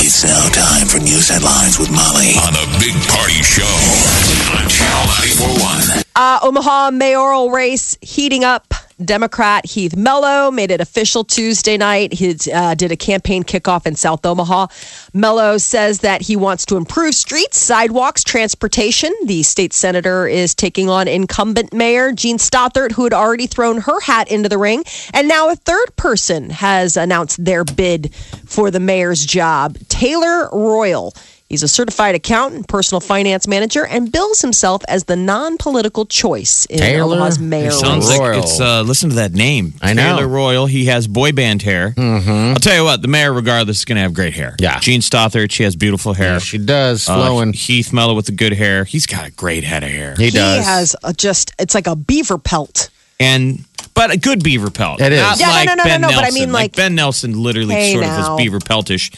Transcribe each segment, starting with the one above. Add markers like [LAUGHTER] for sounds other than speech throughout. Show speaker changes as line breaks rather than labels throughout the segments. It's now time for news headlines with Molly on the Big Party Show on Channel 941.
Uh, Omaha mayoral race heating up. Democrat Heath Mello made it official Tuesday night. He uh, did a campaign kickoff in South Omaha. Mello says that he wants to improve streets, sidewalks, transportation. The state senator is taking on incumbent mayor Jean Stothert, who had already thrown her hat into the ring. And now a third person has announced their bid for the mayor's job Taylor Royal. He's a certified accountant, personal finance manager, and bills himself as the non political choice in
Taylor?
Omaha's mayor.
It
race.
sounds
Sounds
Royal.
like it's uh, listen to that name.
I know.
Taylor Royal. He has boy band hair. Mm-hmm. I'll tell you what, the mayor, regardless, is going to have great hair.
Yeah.
Gene Stothert, she has beautiful hair.
Yeah, she does
Uh,
flowing.
Heath Mello with the good hair. He's got a great head of hair.
he does.
He has a just, it's like a beaver pelt.
And but a good beaver pelt.
It is.
Not
Yeah, no,
like
no, no,
ben
no, no,
Nelson.
but I mean, like-
Ben Nelson literally
Hey,
sort
now.
of is beaver peltish.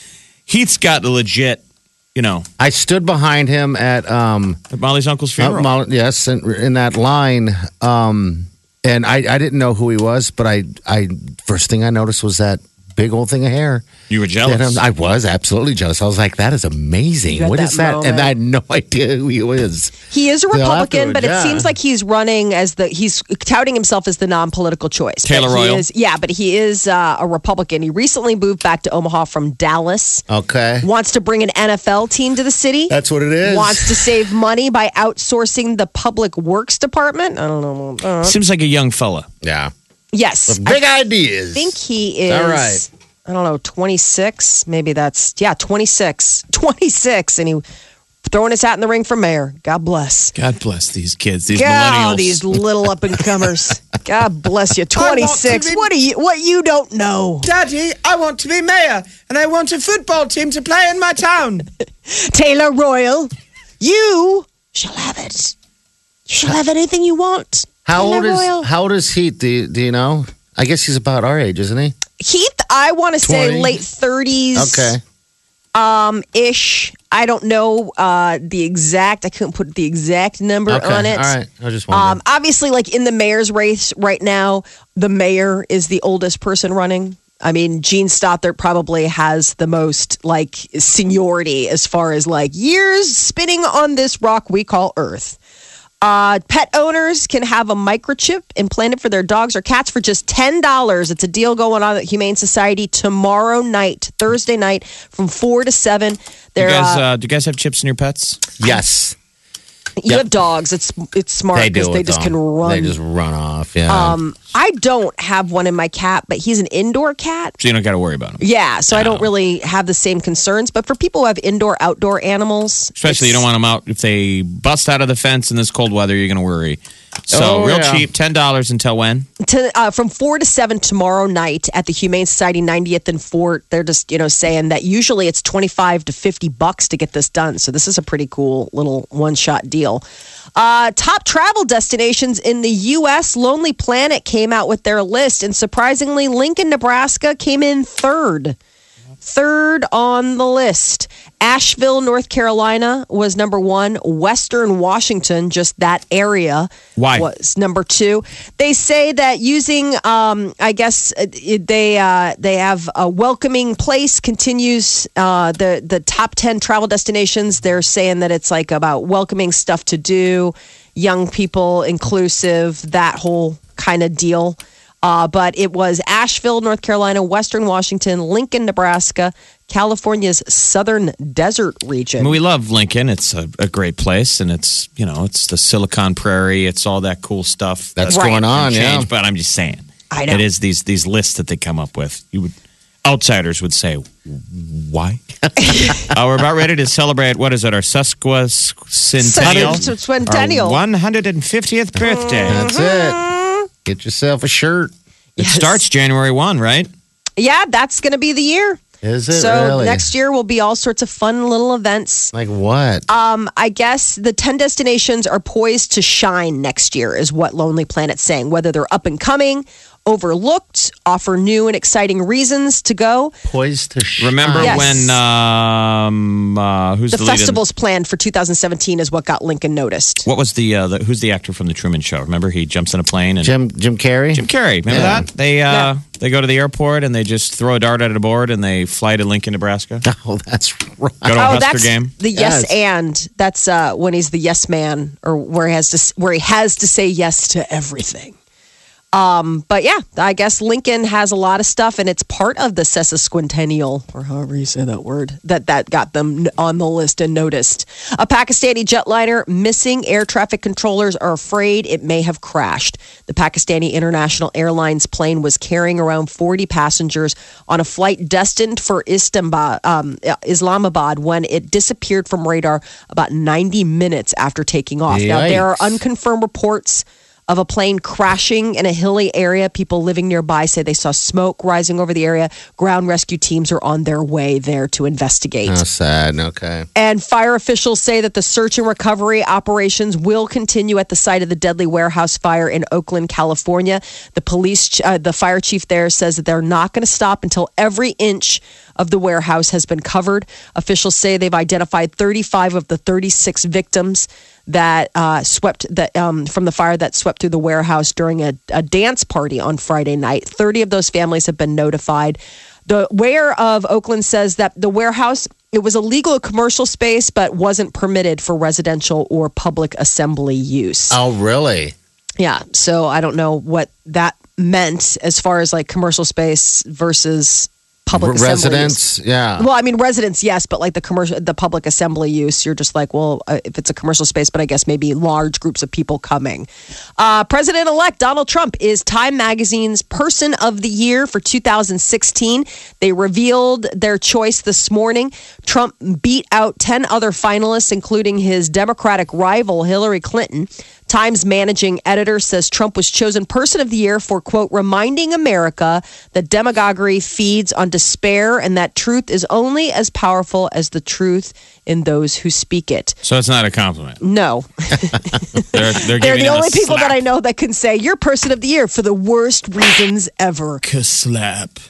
Heath's got the legit, you know,
I stood behind him at um
at Molly's uncle's
uh,
funeral.
Mol- yes, in, in that line um and I I didn't know who he was, but I I first thing I noticed was that big old thing of hair.
you were jealous.
And I'm- I was absolutely jealous. I was like, that is amazing.
You had
What
that
is that?
moment.
And I had no [LAUGHS] idea who he was.
He is a
They'll have to,
Republican, but it
yeah.
seems like he's running as the he's touting himself as the non-political choice.
Taylor
But he
Royal.
is- yeah, but he is uh, a Republican. He recently moved back to Omaha from Dallas.
Okay.
Wants to bring an NFL team to the city.
That's what it is.
Wants to save money by outsourcing the public works department. I don't know. Uh,
Seems like a young fella.
Yeah.
yes, I
Big ideas.
think he is.
All right.
I don't know, 26. Maybe that's yeah, [LAUGHS] 26, 26, and he throwing his hat in the ring for mayor. God bless.
God bless these kids, these
God,
millennials.
these little up and comers. God bless you. Twenty six. What do you? What you don't know?
Daddy, I want to be mayor, and I want a football team to play in my town.
[LAUGHS] Taylor Royal, you shall have it. You shall have anything you want.
how
Taylor
old is
Royal.
how old is he? Do you, do you know? I guess he's about our age, isn't he?
Heath? I want to say
20.
late thirties.
Okay.
Um, ish. I don't know uh, the exact. I couldn't put the exact number
Okay.
on it.
All right. I was just wondering.
Um, obviously, like in the mayor's race right now, the mayor is the oldest person running. I mean, Gene Stothert probably has the most like seniority as far as like years spinning on this rock we call Earth. Uh, pet owners can have a microchip implanted for their dogs or cats for just $10. It's a deal going on at Humane Society tomorrow night, Thursday night from 4 to 7.
do
They're,
you guys,
uh,
uh, do you guys have chips in your pets?
yes.
you have dogs. It's it's smart because they
it,
just
though.
can run.
They just run off. Yeah.
Um, I don't have one in my cat, but he's an indoor cat.
So you don't got to worry about them.
Yeah, so I don't really have the same concerns. But for people who have indoor outdoor animals,
Especially, you don't want them out if they bust out of the fence in this cold weather. You're going to worry. So
Oh,
real
yeah.
cheap, ten dollars until when?
to, uh, from four to seven tomorrow night at the Humane Society 90th and Fort. They're just you know saying that usually it's 25 to 50 bucks to get this done. So this is a pretty cool little one shot deal. Uh, top travel destinations in the U.S. Lonely Planet came out with their list, and surprisingly, Lincoln, Nebraska came in third. Third on the list, Asheville, North Carolina was number one. Western Washington, just that area,
Why?
was number two. They say that using, um, I guess uh, it- they uh, they have a welcoming place continues uh, the the top ten travel destinations. They're saying that it's like about welcoming stuff to do, young people inclusive, that whole kind of deal. Uh, but it was Asheville, North Carolina, Western Washington, Lincoln, Nebraska, California's southern desert
I
region.
mean, we love Lincoln. It's a, a great place, and it's you know, it's the Silicon Prairie. It's all that cool stuff
That's
that
going
can
on,
change,
yeah.
But I'm just saying,
I know.
it is these these lists that they come up with. You would outsiders would say,
[LAUGHS]
why? uh, we're about ready to celebrate. What is it? Our sesquicentennial,
Sesquicentennial.
one hundred and fiftieth birthday.
That's
mm-hmm.
it. Get yourself a shirt.
It
Oh, Yes.
starts January one, right?
Yeah, that's going to be the year.
Is it
so
really?
next year will be all sorts of fun little events.
like what?
Um, I guess the 10 destinations are poised to shine next year, is what Lonely Planet's saying. Whether they're up and coming, overlooked, offer new and exciting reasons to go.
Poised to shine.
Remember
Yes.
when um uh, who's
The
the, lead in-
festivals planned for 2017 is what got Lincoln noticed.
what was the, uh, the who's the actor from the Truman Show? Remember he jumps in a plane and
Jim Jim Carrey.
Jim Carrey. Remember that they uh, they go to the airport and they just throw a dart at a board and they fly to Lincoln, Nebraska. Go
[LAUGHS] oh, that's right.
to a Husker
Oh, that's
game.
the yes,
Yes.
and that's uh, when he's the yes man, or where he has to s- where he has to say yes to everything. Um, but yeah, I guess Lincoln has a lot of stuff, and it's part of the sesquicentennial, or however you say that word, that that got them n- on the list and noticed. A Pakistani jetliner missing. Air traffic controllers are afraid it may have crashed. The Pakistani International Airlines plane was carrying around 40 passengers on a flight destined for Istanbul, um, Islamabad, when it disappeared from radar about 90 minutes after taking off. Now there are
Yikes.
unconfirmed reports of a plane crashing in a hilly area. People living nearby say they saw smoke rising over the area. Ground rescue teams are on their way there to investigate.
How Oh, sad. Okay.
And fire officials say that the search and recovery operations will continue at the site of the deadly warehouse fire in Oakland, California. The police, uh, the fire chief there says that they're not going to stop until every inch of the warehouse has been covered. Officials say they've identified 35 of the 36 victims that uh, swept that um, from the fire that swept through the warehouse during a, a dance party on Friday night. 30 of those families have been notified. The mayor of Oakland says that the warehouse it was a legal commercial space, but wasn't permitted for residential or public assembly use.
Oh, really?
Yeah, so I don't know what that meant as far as like commercial space versus public
R-
assembly use.
residents? Yeah.
Well, I mean residents, yes, but like the commercial, the public assembly use, you're just like, well, uh, if it's a commercial space, but I guess maybe large groups of people coming. Uh, President-elect Donald Trump is Time Magazine's Person of the Year for 2016. They revealed their choice this morning. Trump beat out 10 other finalists, including his Democratic rival Hillary Clinton. Times managing editor says Trump was chosen person of the year for, quote, reminding America that demagoguery feeds on despair and that truth is only as powerful as the truth in those who speak it.
So it's not a compliment.
No,
They're, they're,
[LAUGHS] they're
giving
the
him a
only people
slap.
that I know that can say you're person of the year for the worst reasons ever.
slap.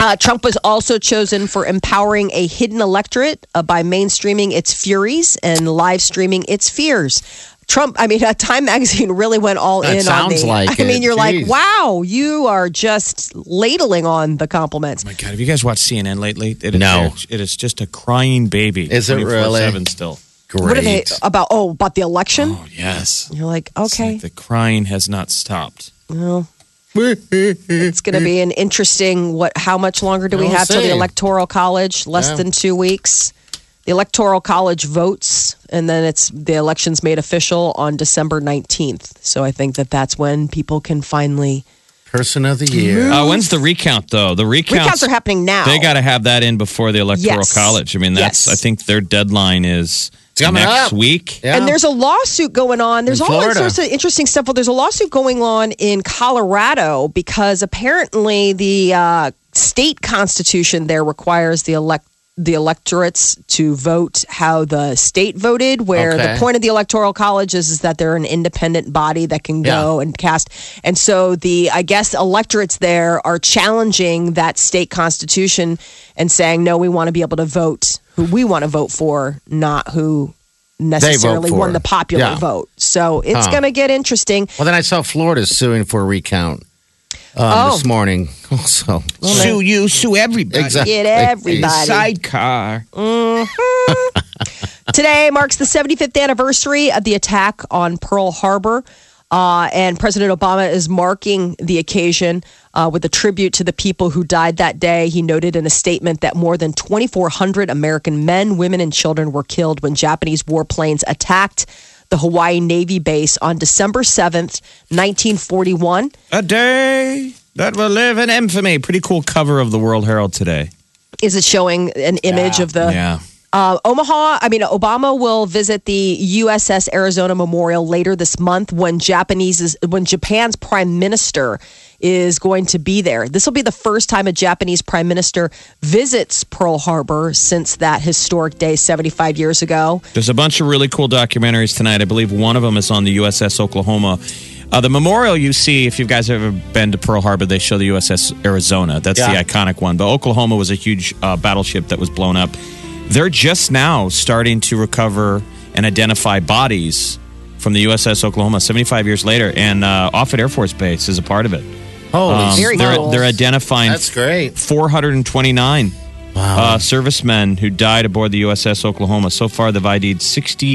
Uh, Trump was also chosen for empowering a hidden electorate uh, by mainstreaming its furies and live streaming its fears. Trump, I mean, [LAUGHS] uh, Time Magazine really went all
That
in on
sounds
the.
like
I mean,
it.
you're like,
Jeez.
wow, you are just ladling on the compliments.
Oh My God, have you guys watched CNN lately? It is,
No.
It is just a crying baby.
Is it really?
24/7 still.
Great.
What are they about? Oh, about the election?
Oh, yes.
You're like,
It's like
okay,
the crying has not stopped.
well, it's going to be an interesting. What? How much longer do we
We'll
have till the
see.
electoral college? Less
Yeah.
than two weeks. The electoral college votes, and then it's the election's made official on December nineteenth. So I think that that's when people can finally
Person of the
Mm-hmm.
year.
Uh, when's the recount, though? The recounts,
recounts are happening now.
They got to have that in before the electoral
Yes.
college. I mean, that's.
Yes.
I think their deadline is
coming
next
up.
week.
Yeah.
And there's a lawsuit going on. There's
In
all
Florida.
sorts of interesting stuff. Well, there's a lawsuit going on in Colorado because apparently the uh, state constitution there requires the elect the electorates to vote how the state voted. Where the
Okay.
point of the electoral college is, is that they're an independent body that can go and cast. And so the I guess electorates there are challenging that state constitution and saying no, we want to be able to vote who we want to vote for, not who necessarily
for
won
it.
the popular
Yeah.
vote. So it's
Huh.
going to get
[LAUGHS]
interesting.
Well, then I saw Florida suing for a recount um,
Oh.
this morning. [LAUGHS] Also,
Sue you, sue everybody.
exactly.
Get everybody.
Sidecar.
Today marks the 75th anniversary of the attack on Pearl Harbor. Uh, and President Obama is marking the occasion uh, with a tribute to the people who died that day. He noted in a statement that more than 2,400 American men, women, and children were killed when Japanese warplanes attacked the Hawaii Navy base on December 7th, 1941.
A day that will live in infamy. Pretty cool cover of the World Herald today.
Is it showing an image of the
yeah.
Uh, Omaha, I mean, Obama will visit the USS Arizona Memorial later this month when Japanese is, when Japan's prime minister is going to be there. This will be the first time a Japanese prime minister visits Pearl Harbor since that historic day 75 years ago.
There's a bunch of really cool documentaries tonight. I believe one of them is on the USS Oklahoma. Uh, the memorial you see, if you guys have ever been to Pearl Harbor, they show the USS Arizona. That's
Yeah.
the iconic one. But Oklahoma was a huge uh, battleship that was blown up. They're just now starting to recover and identify bodies from the USS Oklahoma 75 years later. And uh, Offutt Air Force Base is a part of it.
Holy
Um,
Very
they're,
cool.
they're identifying
That's great.
429
Wow.
uh, servicemen who died aboard the USS Oklahoma. So far, they've ID'd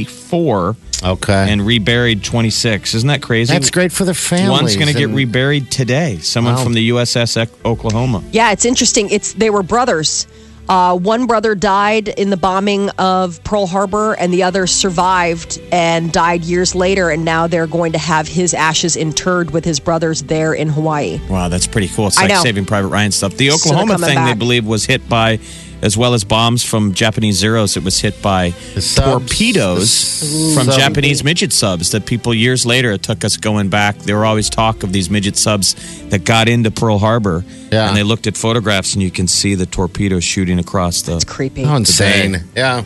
64
okay.
and reburied 26. Isn't that crazy?
That's great for the families.
One's going to get
and-
reburied today. Someone
Wow.
from the USS Ec- Oklahoma.
Yeah, it's interesting. It's they were brothers. Uh, one brother died in the bombing of Pearl Harbor, and the other survived and died years later. And now they're going to have his ashes interred with his brothers there in Hawaii.
Wow, that's pretty cool. It's
I
like
know.
Saving Private Ryan stuff. The
So they're
Oklahoma
coming
thing, they
back.
believe, was hit by, as well as bombs from Japanese Zeros, it was hit by
The subs,
torpedoes
the
from
sub-
Japanese midget subs that people years later, it took us going back. There were always talk of these midget subs that got into Pearl Harbor.
Yeah.
And they looked at photographs, and you can see the torpedoes shooting across the.
Creepy.
Oh,
How insane. Yeah.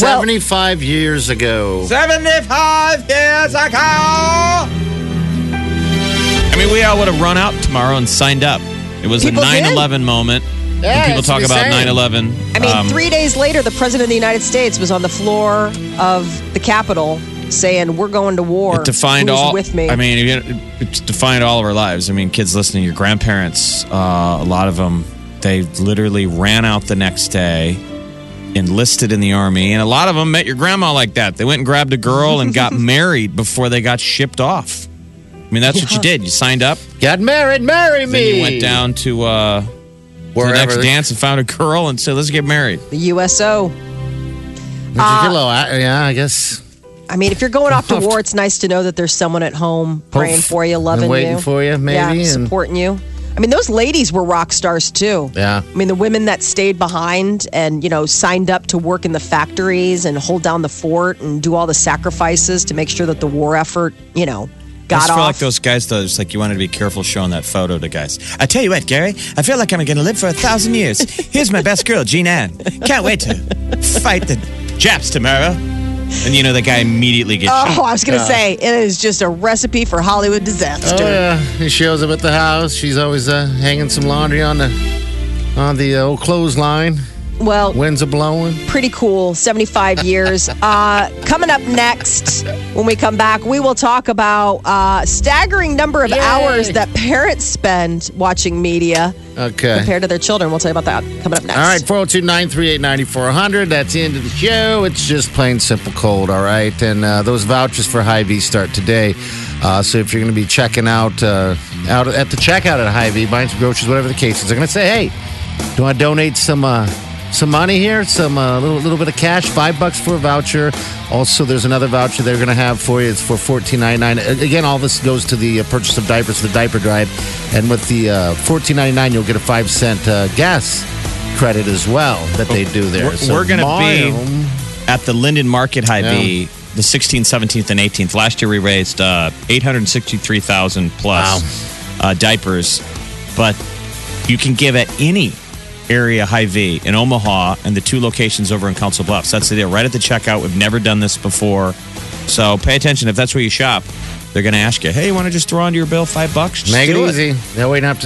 Well-
75 years ago.
75 years ago.
I mean, we all would have run out tomorrow and signed up. It was
People
a
did.
9 11 moment.
Yeah,
when people
that's
talk
what he's
about um, 9 11.
saying.
I mean, three days later, the president of the United States was on the floor of the Capitol saying, "We're going to war."
It defined
Who's
all.
with me.
I mean, it- it defined all of our lives. I mean, kids listening, your grandparents, uh, a lot of them, they literally ran out the next day, enlisted in the army, and a lot of them met your grandma like that. They went and grabbed a girl and
[LAUGHS]
got married before they got shipped off. I mean, that's what you did. You signed up,
Got married, marry me.
then you went down to, uh, to the
Wherever.
next dance and found a girl and said, "Let's get married."
the USO.
Did you get low? I- yeah, I guess.
I mean, if you're going
[LAUGHS]
off to war, it's nice to know that there's someone at home praying for you,
and
loving you,
waiting for you, maybe,
yeah,
and-
supporting you. I mean, those ladies were rock stars too.
Yeah.
I mean, the women that stayed behind and you know signed up to work in the factories and hold down the fort and do all the sacrifices to make sure that the war effort, you know, got
I just
off.
feel like those guys, though, it's like you wanted to be careful showing that photo to guys. I tell you what, Gary, I feel like I'm going to live for a thousand
[LAUGHS]
years. Here's my best girl, Jean Ann. Can't wait to fight the Japs tomorrow. And you know, the guy immediately gets
oh,
shot.
I was gonna say it is just a recipe for Hollywood disaster.
Oh, yeah. He shows up at the house. She's always uh, hanging some laundry on the on the uh, old clothesline.
Well,
Winds are blowing.
pretty cool 75 years uh, coming up next when we come back we will talk about uh, staggering number of hours that parents spend watching media
Okay.
compared to their children we'll tell you about that coming up next
All right, 402 938 9400. That's the end of the show. It's just plain simple cold, all right? And uh, those vouchers for Hy-Vee start today. Uh, so if you're going to be checking out uh, out at the checkout at Hy-Vee, buying some groceries, whatever the case is, they're going to say, hey, do I donate some uh, some money here? Some uh, little, little bit of cash, five bucks for a voucher. Also, there's another voucher they're going to have for you. It's for $14.99. A- Again, all this goes to the uh, purchase of diapers, the diaper drive. And with the uh, $14.99, you'll get a five cent uh, gas credit as well that they do there.
We're, we're going to
tomorrow-
be at the Linden Market High B the 16th, 17th, and 18th. Last year we raised uh, 863,000 plus uh, diapers, but you can give at any area High V in Omaha and the two locations over in Council Bluffs. That's the deal. Right at the checkout. We've never done this before. So pay attention. If that's where you shop, they're going to ask you, hey, you want to just throw onto your bill five bucks? Just
Make it
do
easy. That way you don't have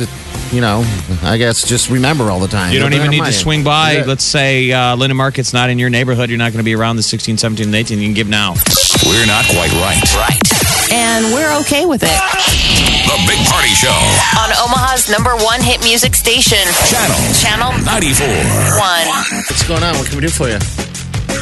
to, you know, I guess just remember all the time.
You don't even need to
Remind you.
swing by.
Yeah.
Let's say uh, Linden Market's not in your neighborhood. You're not going to be around the 16, 17, and 18. You can give now.
We're not quite right. Right.
And we're okay with it.
The Big Party Show,
On Omaha's number one hit music station,
Channel
Channel
94.
1.
What's going on? What can we do for you?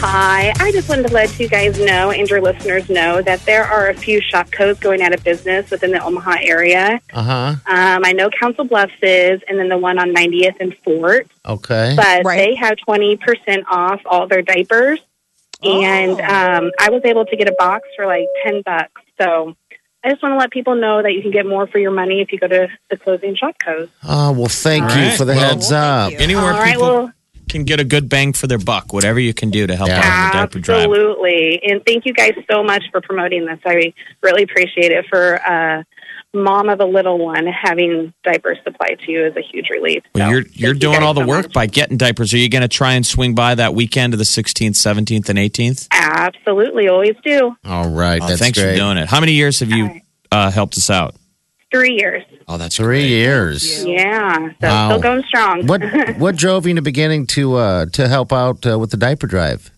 Hi, I just wanted to let you guys know and your listeners know that there are a few shop codes going out of business within the Omaha area.
Uh huh.
Um, I know Council Bluffs is, and then the one on 90th and Fort,
Okay.
but
Right.
they have 20% off all their diapers. And um, I was able to get a box for like 10 bucks. So I just want to let people know that you can get more for your money if you go to the closing shop codes.
Oh well, thank
All
you
right.
for the
Well,
heads up.
Anywhere
All right,
people
well,
can get a good bang for their buck. Whatever you can do to help
Yeah.
out in the diaper drive.
Absolutely. And thank you guys so much for promoting this. I really appreciate it for uh, mom of a little one having diapers supplied to you is a huge relief.
Well,
So,
you're
thank
you're
you
doing
guys
all the
so
work
much.
by getting diapers. Are you going to try and swing by that weekend of the 16th, 17th, and 18th?
Absolutely. Always do.
All right,
Oh,
that's
thanks
great.
for doing it. How many years have you uh, helped us out?
Three years.
Oh, that's
Three years.
Yeah. So
Wow.
still going
[LAUGHS]
strong.
What what drove you in the beginning to uh, to help out uh, with the diaper drive?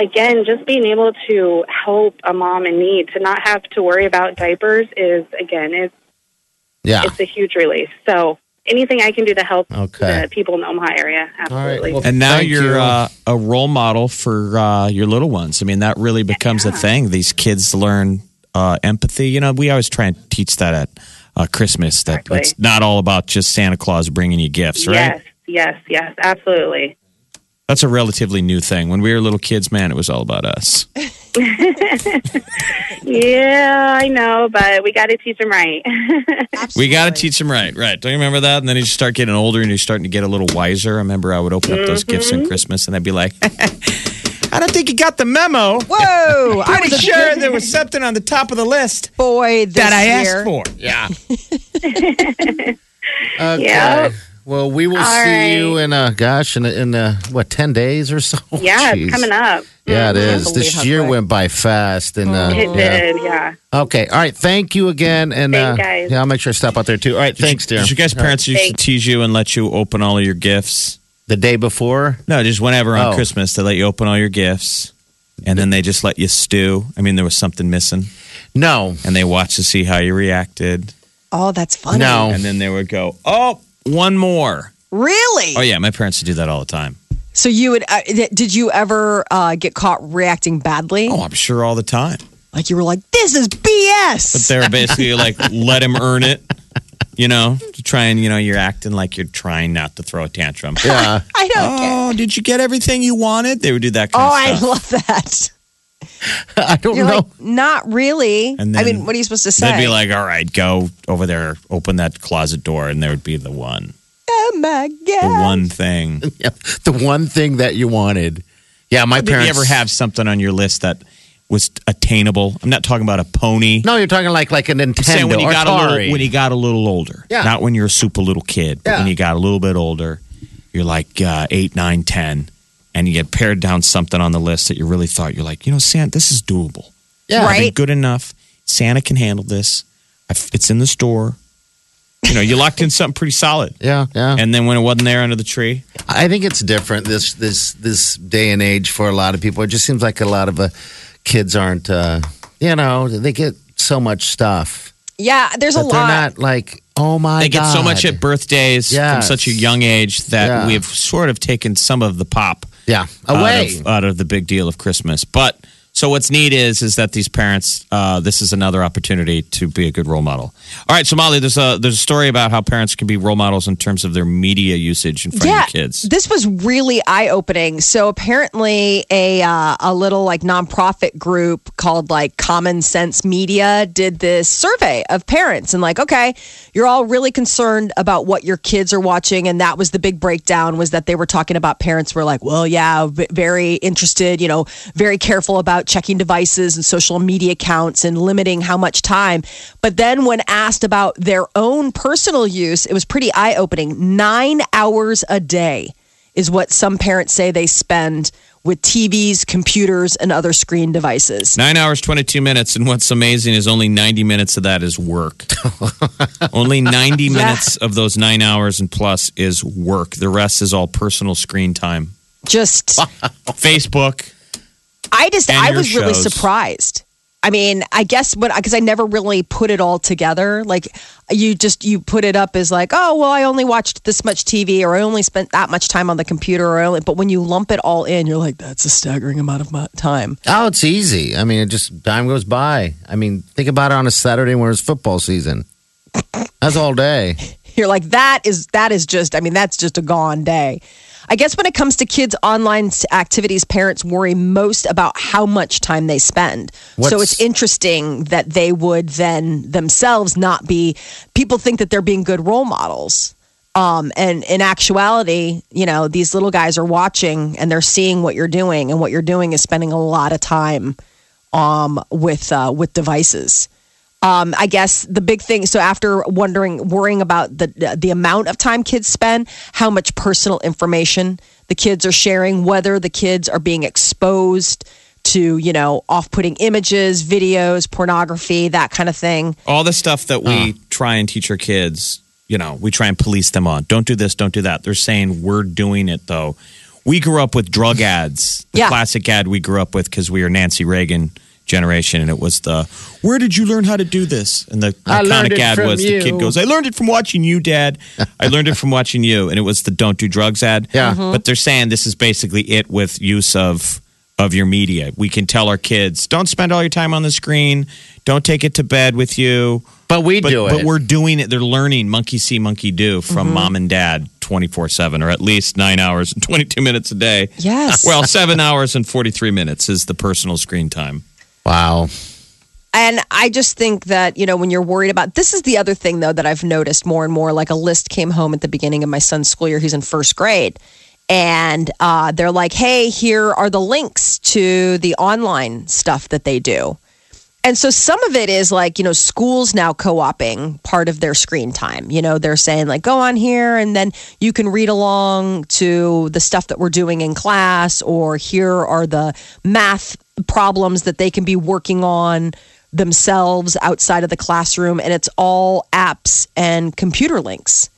again, just being able to help a mom in need to not have to worry about diapers is again it's
Yeah.
it's a huge relief. So anything I can do to help
Okay.
the people in the Omaha area, absolutely.
well,
And now
Thank
you're
you.
Uh, a role model for uh, your little ones. I mean, that really becomes a thing. These kids learn uh, empathy. You know, we always try and teach that at uh, Christmas that
Exactly.
it's not all about just Santa Claus bringing you gifts, right?
Yes, yes, yes, absolutely.
That's a relatively new thing. When we were little kids, man, it was all about us.
Yeah, I know, but we got to teach them right. [LAUGHS]
We got to teach them right, right? Don't you remember that? And then you just start getting older, and you're starting to get a little wiser. I remember I would open up those gifts on Christmas, and I'd be like, [LAUGHS]
I don't think you got the memo.
Whoa! I
Pretty
was a
sure
good
there was something on the top of the list
boy this
that I
year.
asked for.
Okay.
Yep.
Well, we will
All
see
right.
you in uh gosh in in uh, what ten days or so. [LAUGHS]
yeah,
Jeez.
it's coming up. Mm-hmm.
Yeah, it is.
believe how
This year
quick.
went by fast, and uh,
It
yeah.
did, yeah.
Okay. All right. Thank you again, and
Thanks,
uh,
guys.
yeah, I'll make sure I stop out there too. All right. Thanks, dear.
Did you guys' parents used to
Thanks.
tease you and let you open all of your gifts?
The day before.
No, just whenever on
Oh.
Christmas they let you open all your gifts, and then they just let you stew. I mean, there was something missing,
No.
and they watched to see how you reacted,
Oh, that's funny.
No. [LAUGHS]
and then they would go, "Oh, one more."
Really?
Oh yeah, my parents would do that all the time.
So you would? Uh, th- did you ever uh, get caught reacting badly?
Oh, I'm sure all the time.
Like you were like, "This is
But
BS."
they
[LAUGHS]
were basically like, let him earn it. You know, to try and, you know, you're acting like you're trying not to throw a tantrum.
Yeah.
I don't care.
Oh, did you get everything you wanted? They would do that kind
Oh,
of
I
stuff.
love
[LAUGHS]
that.
I don't
You're
know.
like, not really.
And
I
then
mean, what are you supposed to say?
They'd be like, all right, go over there, open that closet door, and there would be the one,
oh my
the
god.
one thing.
Yeah, the one thing that you wanted. Yeah, my
Did
parents.
you ever have something on your list that was attainable? I'm not talking about a pony.
No, you're talking like like a Nintendo
I'm saying when you
or
got a
Atari.
little when you got a little older.
Yeah.
Not when you're a super little kid, but
Yeah.
when you got a little bit older, you're like uh, eight, nine, ten, and you get pared down something on the list that you really thought you're like, you know, Santa, this is doable.
yeah.
I've been
Right.
good enough. Santa can handle this. I f it's in the store. You know, you locked in something pretty solid.
Yeah, yeah.
And then when it wasn't there under the tree,
I think it's different this this this day and age for a lot of people. It just seems like a lot of uh, kids aren't. Uh, you know, they get so much stuff
Yeah, there's a
that they're
lot.
not like, oh my.
they get so much
God.
at birthdays from
Yes.
such a young age that
Yeah.
we've sort of taken some of the pop.
Yeah,
out
away.
of, out of the big deal of Christmas. But so what's neat is is that these parents, uh, this is another opportunity to be a good role model. All right, Somali, there's a there's a story about how parents can be role models in terms of their media usage in front
yeah,
of your kids.
this was really eye opening. So apparently, a uh, a little like nonprofit group called like Common Sense Media did this survey of parents and like, okay, you're all really concerned about what your kids are watching, and that was the big breakdown was that they were talking about parents were like, well, yeah, v- very interested, you know, very careful about checking devices and social media accounts and limiting how much time. But then when asked about their own personal use, it was pretty eye opening. Nine hours a day is what some parents say they spend with TVs, computers, and other screen devices.
Nine hours, 22 minutes. And what's amazing is only 90 minutes of that is work. only 90 minutes of those nine hours and plus is work. The rest is all personal screen time.
Just,
Facebook.
I just,
And
I
your
was really
shows.
surprised. I mean, I guess what, because I never really put it all together. Like, you just, you put it up as like, oh, well, I only watched this much TV or I only spent that much time on the computer or I only, but when you lump it all in, you're like, that's a staggering amount of mo- time.
Oh, it's easy. I mean, it just time goes by. I mean, think about it on a Saturday when it's football season. That's all day.
You're like that is that is just I mean that's just a gone day. I guess when it comes to kids' online s- activities, parents worry most about how much time they spend. so
What's-
it's interesting that they would then themselves not be. People think that they're being good role models. Um, and in actuality, you know, these little guys are watching and they're seeing what you're doing, and what you're doing is spending a lot of time um, with uh, with devices. Um, I guess the big thing. So after wondering, worrying about the the amount of time kids spend, how much personal information the kids are sharing, whether the kids are being exposed to you know off-putting images, videos, pornography, that kind of thing.
All the stuff that we try and teach our kids, you know, we try and police them on. Don't do this, don't do that. They're saying we're doing it though. We grew up with drug ads, the
Yeah.
classic ad we grew up with because we were Nancy Reagan generation, and it was the "Where did you learn how to do this?" And the
I learned
iconic
it
ad
from
was the
you.
kid goes, "I learned it from watching you, Dad. I learned it from watching you," and it was the "Don't do drugs" ad.
Yeah.
but they're saying this is basically it with use of of your media. We can tell our kids, "Don't spend all your time on the screen. Don't take it to bed with you."
But we
but,
do it.
but we're doing it. They're learning monkey see, monkey do from mom and dad 24 7, or at least nine hours and 22 minutes a day.
Yes.
Well, seven hours and 43 minutes is the personal screen time.
wow.
And I just think that, you know, when you're worried about this is the other thing though that I've noticed more and more. Like a list came home at the beginning of my son's school year. He's in first grade. And uh, they're like, hey, here are the links to the online stuff that they do. And so some of it is like, you know, schools now co oping part of their screen time. You know, they're saying, like, go on here and then you can read along to the stuff that we're doing in class, or here are the math problems that they can be working on themselves outside of the classroom. And it's all apps and computer links.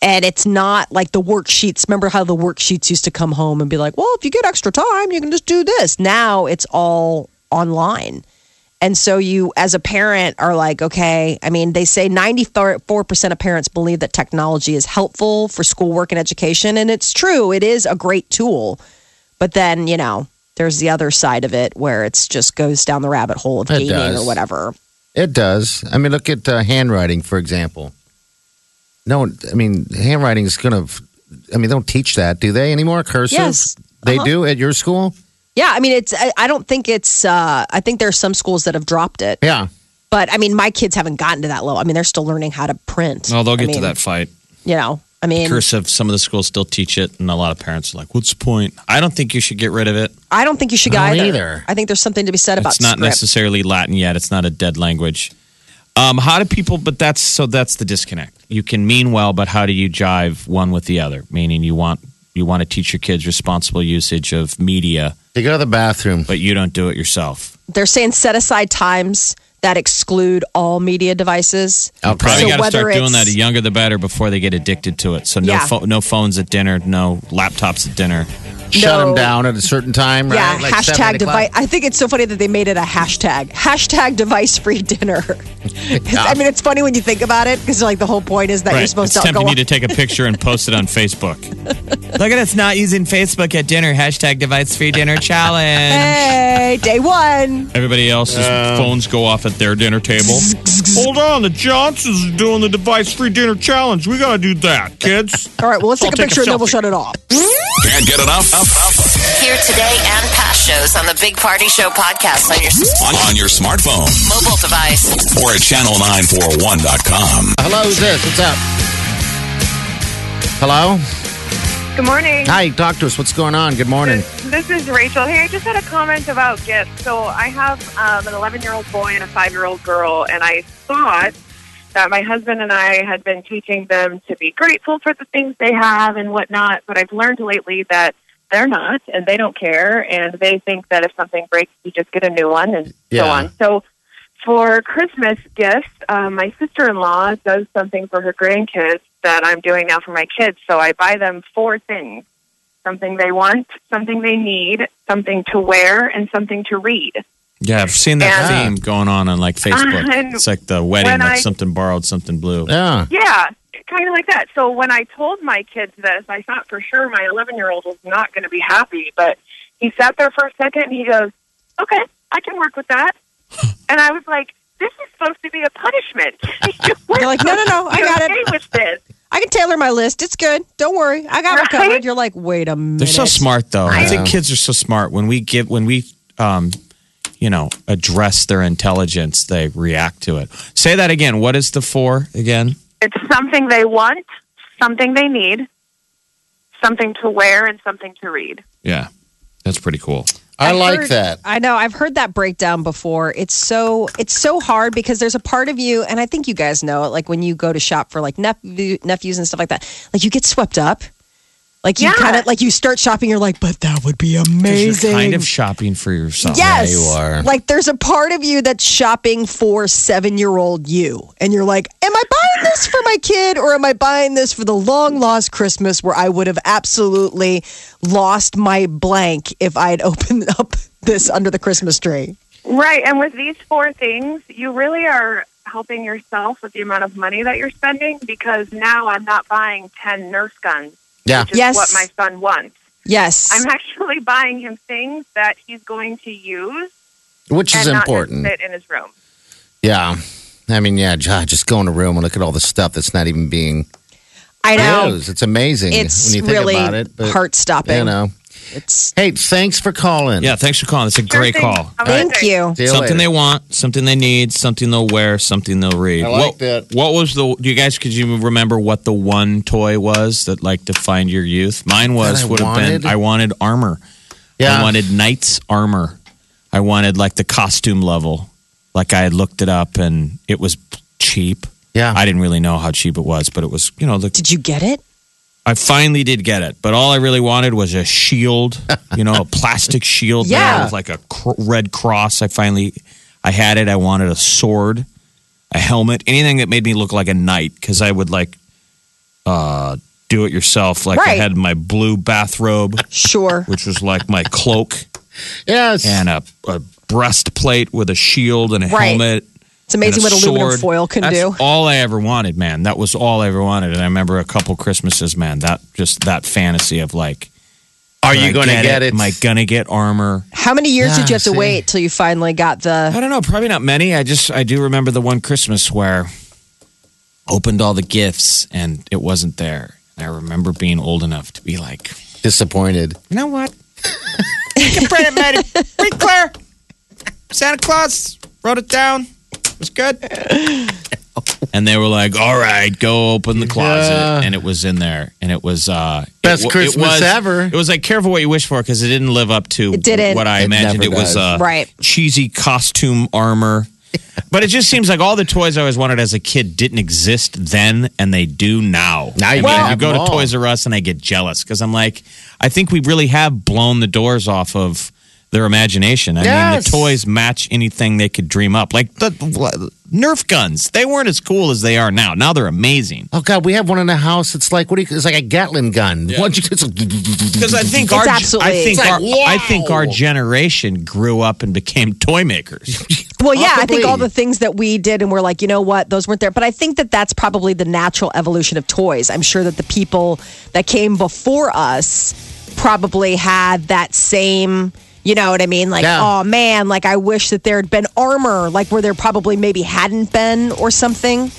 And it's not like the worksheets. Remember how the worksheets used to come home and be like, well, if you get extra time, you can just do this. Now it's all online. And so you, as a parent, are like, okay, I mean, they say 94% of parents believe that technology is helpful for schoolwork and education. And it's true, it is a great tool. But then, you know, there's the other side of it where it's just goes down the rabbit hole of
It
gaming
does.
or whatever.
It does. I mean, look at uh, handwriting, for example. No, I mean, handwriting is going to, I mean, they don't teach that, do they anymore? Cursive?
Yes. Uh-huh.
They do at your school?
Yeah, I mean, it's, I, I don't think it's, uh, I think there are some schools that have dropped it.
Yeah.
But I mean, my kids haven't gotten to that level. I mean, they're still learning how to print.
Oh, they'll get to
I mean,
that fight.
You know, I mean,
Cursive, some of the schools still teach it, and a lot of parents are like, what's the point? I don't think you should get rid of it.
I don't think you should
I
either.
don't either.
I think there's something to be said about
it's not
script.
necessarily Latin yet. It's not a dead language. Um, how do people? But that's so that's the disconnect. You can mean well, but how do you jive one with the other? Meaning you want you want to teach your kids responsible usage of media,
They go to the bathroom.
but you don't do it yourself.
they're saying set aside times that exclude all media devices.
I'll
Probably
So
got to start
whether
doing that.
it's-
The younger the better before they get addicted to it. So no
Yeah.
pho- no phones at dinner, no laptops at dinner.
shut
No.
them down at a certain time, right?
Yeah,
Like seven
hashtag
o'clock.
device. I think it's so funny that they made it a hashtag. Hashtag device free dinner. [LAUGHS] It's- I mean, it's funny when you think about it because like the whole point is that you're
Right.
supposed
It's
to go
tempting
on.
you to take a picture and post it on
[LAUGHS]
Facebook. Look at us not using Facebook at dinner. Hashtag device free dinner challenge.
hey, day one.
Everybody else's phones go off at their dinner table. Uh, [LAUGHS] Hold on, the Johnsons are doing the device free dinner challenge. We gotta do that, kids.
All right, well, let's
I'll
take a
take a
picture and then we'll
selfie.
shut it off.
Can't get enough? Up, up.
Hear today and past shows on the Big Party Show podcast on your s-
On, on your smartphone
mobile device.
or at channel941.com.
Hello, who's this? What's up? Hello?
Good morning.
Hi, talk to us. What's going on? Good morning.
This is Rachel. Hey, I just had a comment about gifts. So I have um, an 11 year old boy and a 5 year old girl, and I thought that my husband and I had been teaching them to be grateful for the things they have and whatnot, but I've learned lately that they're not and they don't care, and they think that if something breaks, you just get a new one and so
Yeah.
on. So for Christmas gifts, um, my sister in law does something for her grandkids that I'm doing now for my kids. So I buy them four things something they want, something they need, something to wear, and something to read.
Yeah, I've seen that
Yeah.
theme going on on like Facebook.
Uh,
And
it's like the wedding,
when
like
I-
something borrowed, something blue.
Yeah.
Yeah, kind of like that. So when I told my kids this, I thought for sure my 11 year old was not going to be happy, but he sat there for a second and he goes, Okay, I can work with
[LAUGHS]
that. and I was like, This is supposed to be a punishment. [LAUGHS]
You're like, no, no, no, I
You're
got
okay
it.
with this.
I can tailor my list. It's good. Don't worry, I got it
Right?
covered. You're like, wait a minute.
They're so smart though. I,
I
think
know.
kids are so smart. When we give when we um you know, address their intelligence, they react to it. Say that again. What is the four again?
It's something they want, something they need, something to wear, and something to read.
Yeah. That's pretty cool.
I
I've
like
heard-
that.
I know. I've heard that breakdown before. It's so it's so hard because there's a part of you, and I think you guys know it. Like when you go to shop for like nephew, nephews and stuff like that, like you get swept up. Like you
Yeah.
kind of like you start shopping, you're like, but that would be
'Cause
amazing.
You're kind of shopping for yourself.
yes,
Oh, you are.
Like there's a part of you that's shopping for seven year old you, and you're like, am I buying this for my kid or am I buying this for the long lost Christmas where I would have absolutely lost my blank if I'd [LAUGHS] opened up this under the Christmas tree?
Right. And with these four things, you really are helping yourself with the amount of money that you're spending because now I'm not buying 10 Nerf guns,
Yeah.
which is
Yes.
what my son wants.
Yes.
I'm [LAUGHS] actually buying him things that he's going to use
Which is
and not
important.
just sit in his room.
Yeah. I mean, yeah, j- ah, just go in a room and look at all the stuff that's not even being
I know.
used. It's amazing
It's
when you think
really
about it. but,
heart stopping.
You know.
It's
Hey, thanks for calling.
Yeah, thanks for calling. That's a great
Sure thing.
call.
Have a good
thank
day.
you.
See you
something
later.
they want, something they need, something they'll wear, something they'll read.
I like
what,
that.
What was the? Do you guys could you remember what the one toy was that like defined your youth? Mine was
I
would have been
wanted?
I wanted armor.
Yeah.
I wanted knight's armor. I wanted like the costume level. Like I had looked it up and it was cheap.
Yeah.
I didn't really know how cheap it was, but it was you know the
Did you get it?
I finally did get it, but all I really wanted was a
[LAUGHS]
shield, you know, a plastic shield there
Yeah.
with like a cr- red cross. I finally, I had it. I wanted a sword, a helmet, anything that made me look like a knight because I would like uh, do it yourself. Like I
Right.
had my blue bathrobe,
Sure.
which was like my cloak,
Yes.
and a, a breastplate with a shield and a
Right.
helmet.
It's amazing
and
what
a
aluminum
sword.
foil can
That's
do.
All I ever wanted, man. That was all I ever wanted. And I remember a couple Christmases, man. That just that fantasy of like,
Are
did I
you going to get, it?
Am I gonna get armor?
How many years
Yeah,
did you have to
see.
wait till you finally got the?
I don't know. Probably not many. I just I do remember the one Christmas where opened all the gifts and it wasn't there. And I remember being old enough to be like,
Disappointed.
you know
[LAUGHS]
what?
Print it, Maddie. Pretty clear. Santa Claus wrote it down. It was good.
[LAUGHS] And they were like, all right, go open the closet.
Yeah.
And it was in there. And it was uh it
Best
wa- it
Christmas
was-
ever.
It was like careful what you wish for because it didn't live up to
It didn't.
what I
It
imagined it
never
was uh
does.
Right.
cheesy costume
[LAUGHS]
armor. But it just seems like all the toys I always wanted as a kid didn't exist then, and they do now.
Now you
I mean,
can
you
have
go
them
to
all.
Toys R Us, and I get jealous because I'm like, I think we really have blown the doors off of their imagination. I mean,
Yes.
the toys match anything they could dream up. Like the the Nerf guns, they weren't as cool as they are now. Now they're amazing.
Oh God, we have one in the house. It's like what do you? It's like a Gatlin gun. Why don't you? It's a-
Because I think
It's
our,
absolutely-
I think
It's like,
our, I think our
wow.
generation grew up and became toy makers.
Well, yeah, I think
Probably.
all the things that we did and we're like, you know what, those weren't there. But I think that that's probably the natural evolution of toys. I'm sure that the people that came before us probably had that same. You know what I mean? Like,
Yeah.
oh man, like I wish that there had been armor, like where there probably maybe hadn't been or something.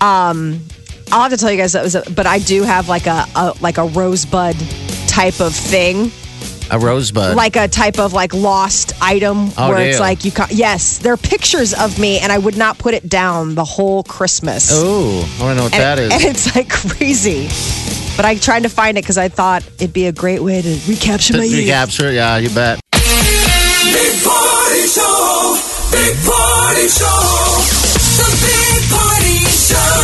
Um, I'll have to tell you guys that was, a, but I do have like a, a like a rosebud type of thing,
a rosebud.
like a type of like lost item
Oh,
where it's
dear.
like you. Ca- yes, there are pictures of me, and I would not put it down the whole Christmas.
oh, I don't know what
and,
that
[LAUGHS]
is.
and it's like crazy. But I tried to find it because I thought it'd be a great way to recapture my
you
youth.
capture? it? Yeah, you bet.
Big Party Show! Big Party Show! The Big Party Show!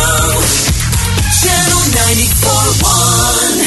Channel 941!